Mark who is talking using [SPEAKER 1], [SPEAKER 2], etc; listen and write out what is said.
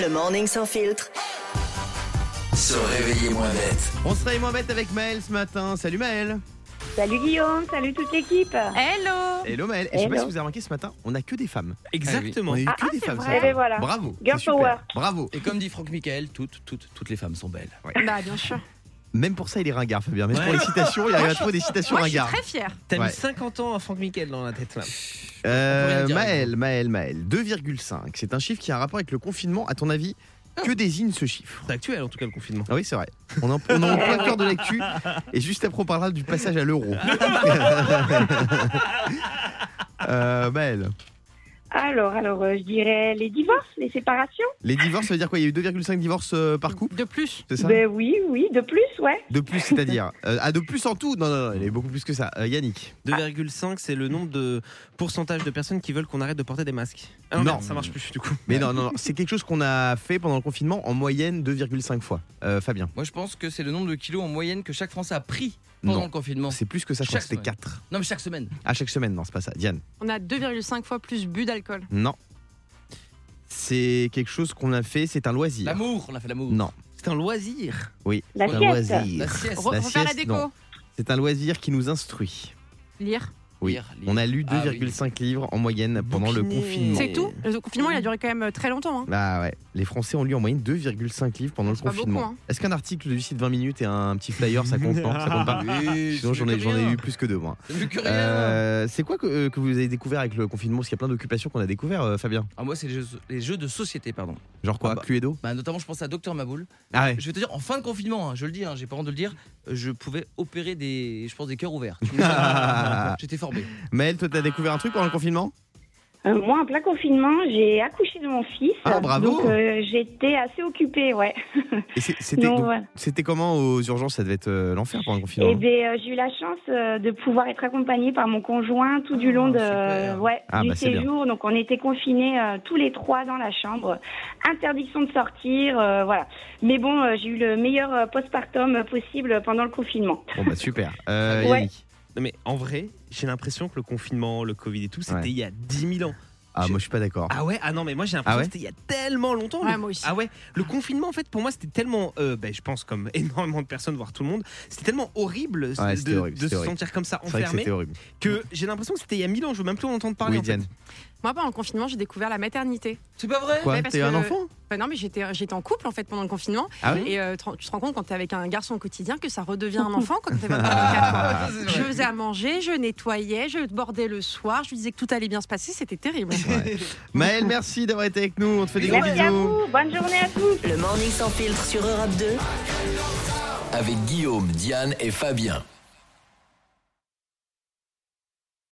[SPEAKER 1] Le morning sans filtre.
[SPEAKER 2] Se réveiller moins bête.
[SPEAKER 3] On se réveille moins bête avec Maël ce matin. Salut Maël.
[SPEAKER 4] Salut Guillaume, salut toute l'équipe.
[SPEAKER 5] Hello
[SPEAKER 3] Hello Maël. Et je sais pas
[SPEAKER 4] Hello.
[SPEAKER 3] si vous avez remarqué ce matin, on a que des femmes.
[SPEAKER 6] Exactement.
[SPEAKER 3] On a eu
[SPEAKER 4] Ah,
[SPEAKER 3] que
[SPEAKER 4] ah,
[SPEAKER 3] des
[SPEAKER 4] c'est
[SPEAKER 3] femmes. ce
[SPEAKER 4] vrai.
[SPEAKER 3] matin.
[SPEAKER 4] Eh ben voilà.
[SPEAKER 3] Bravo.
[SPEAKER 4] Girl
[SPEAKER 3] c'est super.
[SPEAKER 4] power.
[SPEAKER 3] Bravo.
[SPEAKER 6] Et comme dit Franck Michael, toutes, toutes, toutes les femmes sont belles.
[SPEAKER 5] Bah bien sûr.
[SPEAKER 3] Même pour ça, il est ringard, Fabien. Même
[SPEAKER 6] Ouais.
[SPEAKER 3] pour les citations, il arrive à trouver des citations
[SPEAKER 5] Moi je suis
[SPEAKER 3] ringards.
[SPEAKER 5] très fière.
[SPEAKER 6] T'as
[SPEAKER 3] Ouais.
[SPEAKER 6] mis 50 ans à Franck Michael dans la tête là.
[SPEAKER 3] Euh,
[SPEAKER 6] Faut rien dire,
[SPEAKER 3] Maël, Maël, Maël. 2,5. C'est un chiffre qui a un rapport avec le confinement. À ton avis,
[SPEAKER 4] Ah.
[SPEAKER 3] que désigne ce chiffre
[SPEAKER 6] C'est actuel en tout cas le confinement.
[SPEAKER 3] ah oui, c'est vrai. On est en on est en plein cœur de l'actu. Et juste après, on parlera du passage à l'euro. Euh, Maël,
[SPEAKER 4] Alors, alors, euh, je dirais les divorces, les séparations.
[SPEAKER 3] les divorces, ça veut dire quoi Il y a eu 2,5 divorces euh, par couple
[SPEAKER 5] De plus.
[SPEAKER 3] C'est ça
[SPEAKER 4] Ben oui, oui, de plus, ouais.
[SPEAKER 3] De plus, c'est-à-dire euh, Ah, de plus en tout Non, non, non, il est beaucoup plus que ça. Euh, Yannick
[SPEAKER 6] Ah. 2,5 c'est le nombre de pourcentage de personnes qui veulent qu'on arrête de porter des masques. Ah non,
[SPEAKER 3] Non.
[SPEAKER 6] merde, ça marche plus du coup.
[SPEAKER 3] Mais non, non, non, c'est quelque chose qu'on a fait pendant le confinement en moyenne 2,5 fois. Euh, Fabien
[SPEAKER 7] Moi, je pense que c'est le nombre de kilos en moyenne que chaque Français a pris pendant
[SPEAKER 3] Non.
[SPEAKER 7] le confinement.
[SPEAKER 3] C'est plus que ça, je crois que
[SPEAKER 7] Chaque
[SPEAKER 3] c'était
[SPEAKER 7] semaine.
[SPEAKER 3] 4.
[SPEAKER 7] Non, mais chaque semaine.
[SPEAKER 3] À chaque semaine, non, c'est pas ça. Diane
[SPEAKER 5] On a 2,5 fois plus bu d'alcool.
[SPEAKER 3] Non. C'est quelque chose qu'on a fait, c'est un loisir.
[SPEAKER 7] L'amour, on a fait l'amour.
[SPEAKER 3] Non,
[SPEAKER 6] C'est un loisir.
[SPEAKER 4] La
[SPEAKER 3] c'est un
[SPEAKER 4] sieste.
[SPEAKER 7] La
[SPEAKER 3] loisir.
[SPEAKER 7] sieste.
[SPEAKER 5] Re-
[SPEAKER 3] La
[SPEAKER 5] refaire la
[SPEAKER 3] sieste,
[SPEAKER 5] déco.
[SPEAKER 3] non. C'est un loisir qui nous instruit.
[SPEAKER 5] Lire.
[SPEAKER 3] Oui.
[SPEAKER 7] Lire, lire.
[SPEAKER 3] On a lu
[SPEAKER 7] Ah oui.
[SPEAKER 3] 2,5 livres en moyenne pendant le
[SPEAKER 6] Bouquiner.
[SPEAKER 3] confinement.
[SPEAKER 5] C'est tout. Le confinement il a duré quand même euh, très longtemps. hein.
[SPEAKER 3] Bah ouais, les Français ont lu en moyenne 2,5 livres pendant le
[SPEAKER 5] C'est pas
[SPEAKER 3] confinement.
[SPEAKER 5] beaucoup, hein.
[SPEAKER 3] Est-ce qu'un article du site 20 minutes et un petit flyer, ça compte, non Ça compte
[SPEAKER 7] Ah,
[SPEAKER 3] pas
[SPEAKER 7] Oui, c'est
[SPEAKER 3] Sinon, j'en ai,
[SPEAKER 7] mieux que
[SPEAKER 3] j'en ai
[SPEAKER 7] rien.
[SPEAKER 3] eu plus que deux, moi.
[SPEAKER 7] C'est mieux que rien.
[SPEAKER 3] Euh, c'est quoi que, euh, que vous avez découvert avec le confinement Parce qu'il y a plein d'occupations qu'on a découvert, euh, Fabien.
[SPEAKER 7] Ah, moi, c'est les jeux, les jeux de société, pardon.
[SPEAKER 3] Genre quoi
[SPEAKER 7] Ah bah.
[SPEAKER 3] Cluedo
[SPEAKER 7] Bah, notamment, je pense à Docteur Maboul.
[SPEAKER 3] Ah ouais.
[SPEAKER 7] Je vais te dire, en fin de confinement, hein, je le dis, hein, j'ai pas honte de le dire, euh, je pouvais opérer des, je pense, des cœurs ouverts. Tu me dis, J'étais formé.
[SPEAKER 3] Maël, toi, t'as découvert un truc pendant le confinement
[SPEAKER 4] Euh, moi, en plein confinement, j'ai accouché de mon fils.
[SPEAKER 3] Ah, bravo.
[SPEAKER 4] Donc, euh, j'étais assez occupée, ouais.
[SPEAKER 3] Et c'est- c'était,
[SPEAKER 4] Donc,
[SPEAKER 3] donc,
[SPEAKER 4] voilà.
[SPEAKER 3] c'était comment aux urgences Ça devait être euh, l'enfer pendant le confinement.
[SPEAKER 4] Eh bien, j'ai eu la chance euh, de pouvoir être accompagnée par mon conjoint tout du
[SPEAKER 7] Ah,
[SPEAKER 4] long de,
[SPEAKER 7] super.
[SPEAKER 4] ouais,
[SPEAKER 3] Ah,
[SPEAKER 4] du
[SPEAKER 3] bah, c'est bien.
[SPEAKER 4] séjour. Donc, on était confinés euh, tous les trois dans la chambre. Interdiction de sortir, euh, voilà. Mais bon, euh, j'ai eu le meilleur euh, postpartum possible pendant le confinement.
[SPEAKER 3] Bon bah super. Euh,
[SPEAKER 4] Ouais.
[SPEAKER 3] Yannick.
[SPEAKER 6] Non, mais en vrai, j'ai l'impression que le confinement, le Covid et tout, c'était
[SPEAKER 3] Ouais.
[SPEAKER 6] il y a 10 000 ans.
[SPEAKER 3] Ah
[SPEAKER 6] Je-
[SPEAKER 3] moi je suis pas d'accord.
[SPEAKER 6] Ah ouais, Oh. ah non, mais moi j'ai l'impression
[SPEAKER 3] Ah ouais
[SPEAKER 6] que c'était il y a tellement longtemps. le-
[SPEAKER 5] Ouais, moi aussi.
[SPEAKER 6] Ah ouais, le confinement en fait pour moi c'était tellement, euh, ben, je pense comme énormément de personnes, voire tout le monde, c'était tellement horrible
[SPEAKER 3] Ouais,
[SPEAKER 6] de,
[SPEAKER 3] c'était horrible,
[SPEAKER 6] de
[SPEAKER 3] c'était
[SPEAKER 6] se
[SPEAKER 3] horrible.
[SPEAKER 6] sentir comme ça
[SPEAKER 3] c'est vrai que
[SPEAKER 6] enfermé
[SPEAKER 3] c'était horrible.
[SPEAKER 6] que j'ai l'impression que c'était il y a mille ans, je veux même plus en entendre
[SPEAKER 3] Oui
[SPEAKER 6] parler. en fait.
[SPEAKER 3] Diane.
[SPEAKER 5] Moi pendant le confinement j'ai découvert la maternité.
[SPEAKER 7] C'est pas vrai
[SPEAKER 3] Quoi
[SPEAKER 5] Ouais, parce
[SPEAKER 3] T'es
[SPEAKER 5] que-
[SPEAKER 3] un enfant
[SPEAKER 5] Enfin, non mais j'étais euh, j'étais en couple en fait pendant le confinement.
[SPEAKER 3] Ah oui
[SPEAKER 5] Et euh, tu tu te rends compte quand t'es avec un garçon au quotidien que ça redevient un enfant quand t'es 24 ans.
[SPEAKER 7] Ah, ça, c'est
[SPEAKER 5] Je
[SPEAKER 7] vrai.
[SPEAKER 5] faisais à manger, je nettoyais, je bordais le soir, je lui disais que tout allait bien se passer, c'était terrible.
[SPEAKER 3] Maël, merci d'avoir été avec nous. On te fait des gros
[SPEAKER 4] Merci à
[SPEAKER 3] bisous.
[SPEAKER 4] vous. Bonne journée à tous.
[SPEAKER 1] Le morning sans filtre sur Europe 2.
[SPEAKER 2] Avec Guillaume, Diane et Fabien.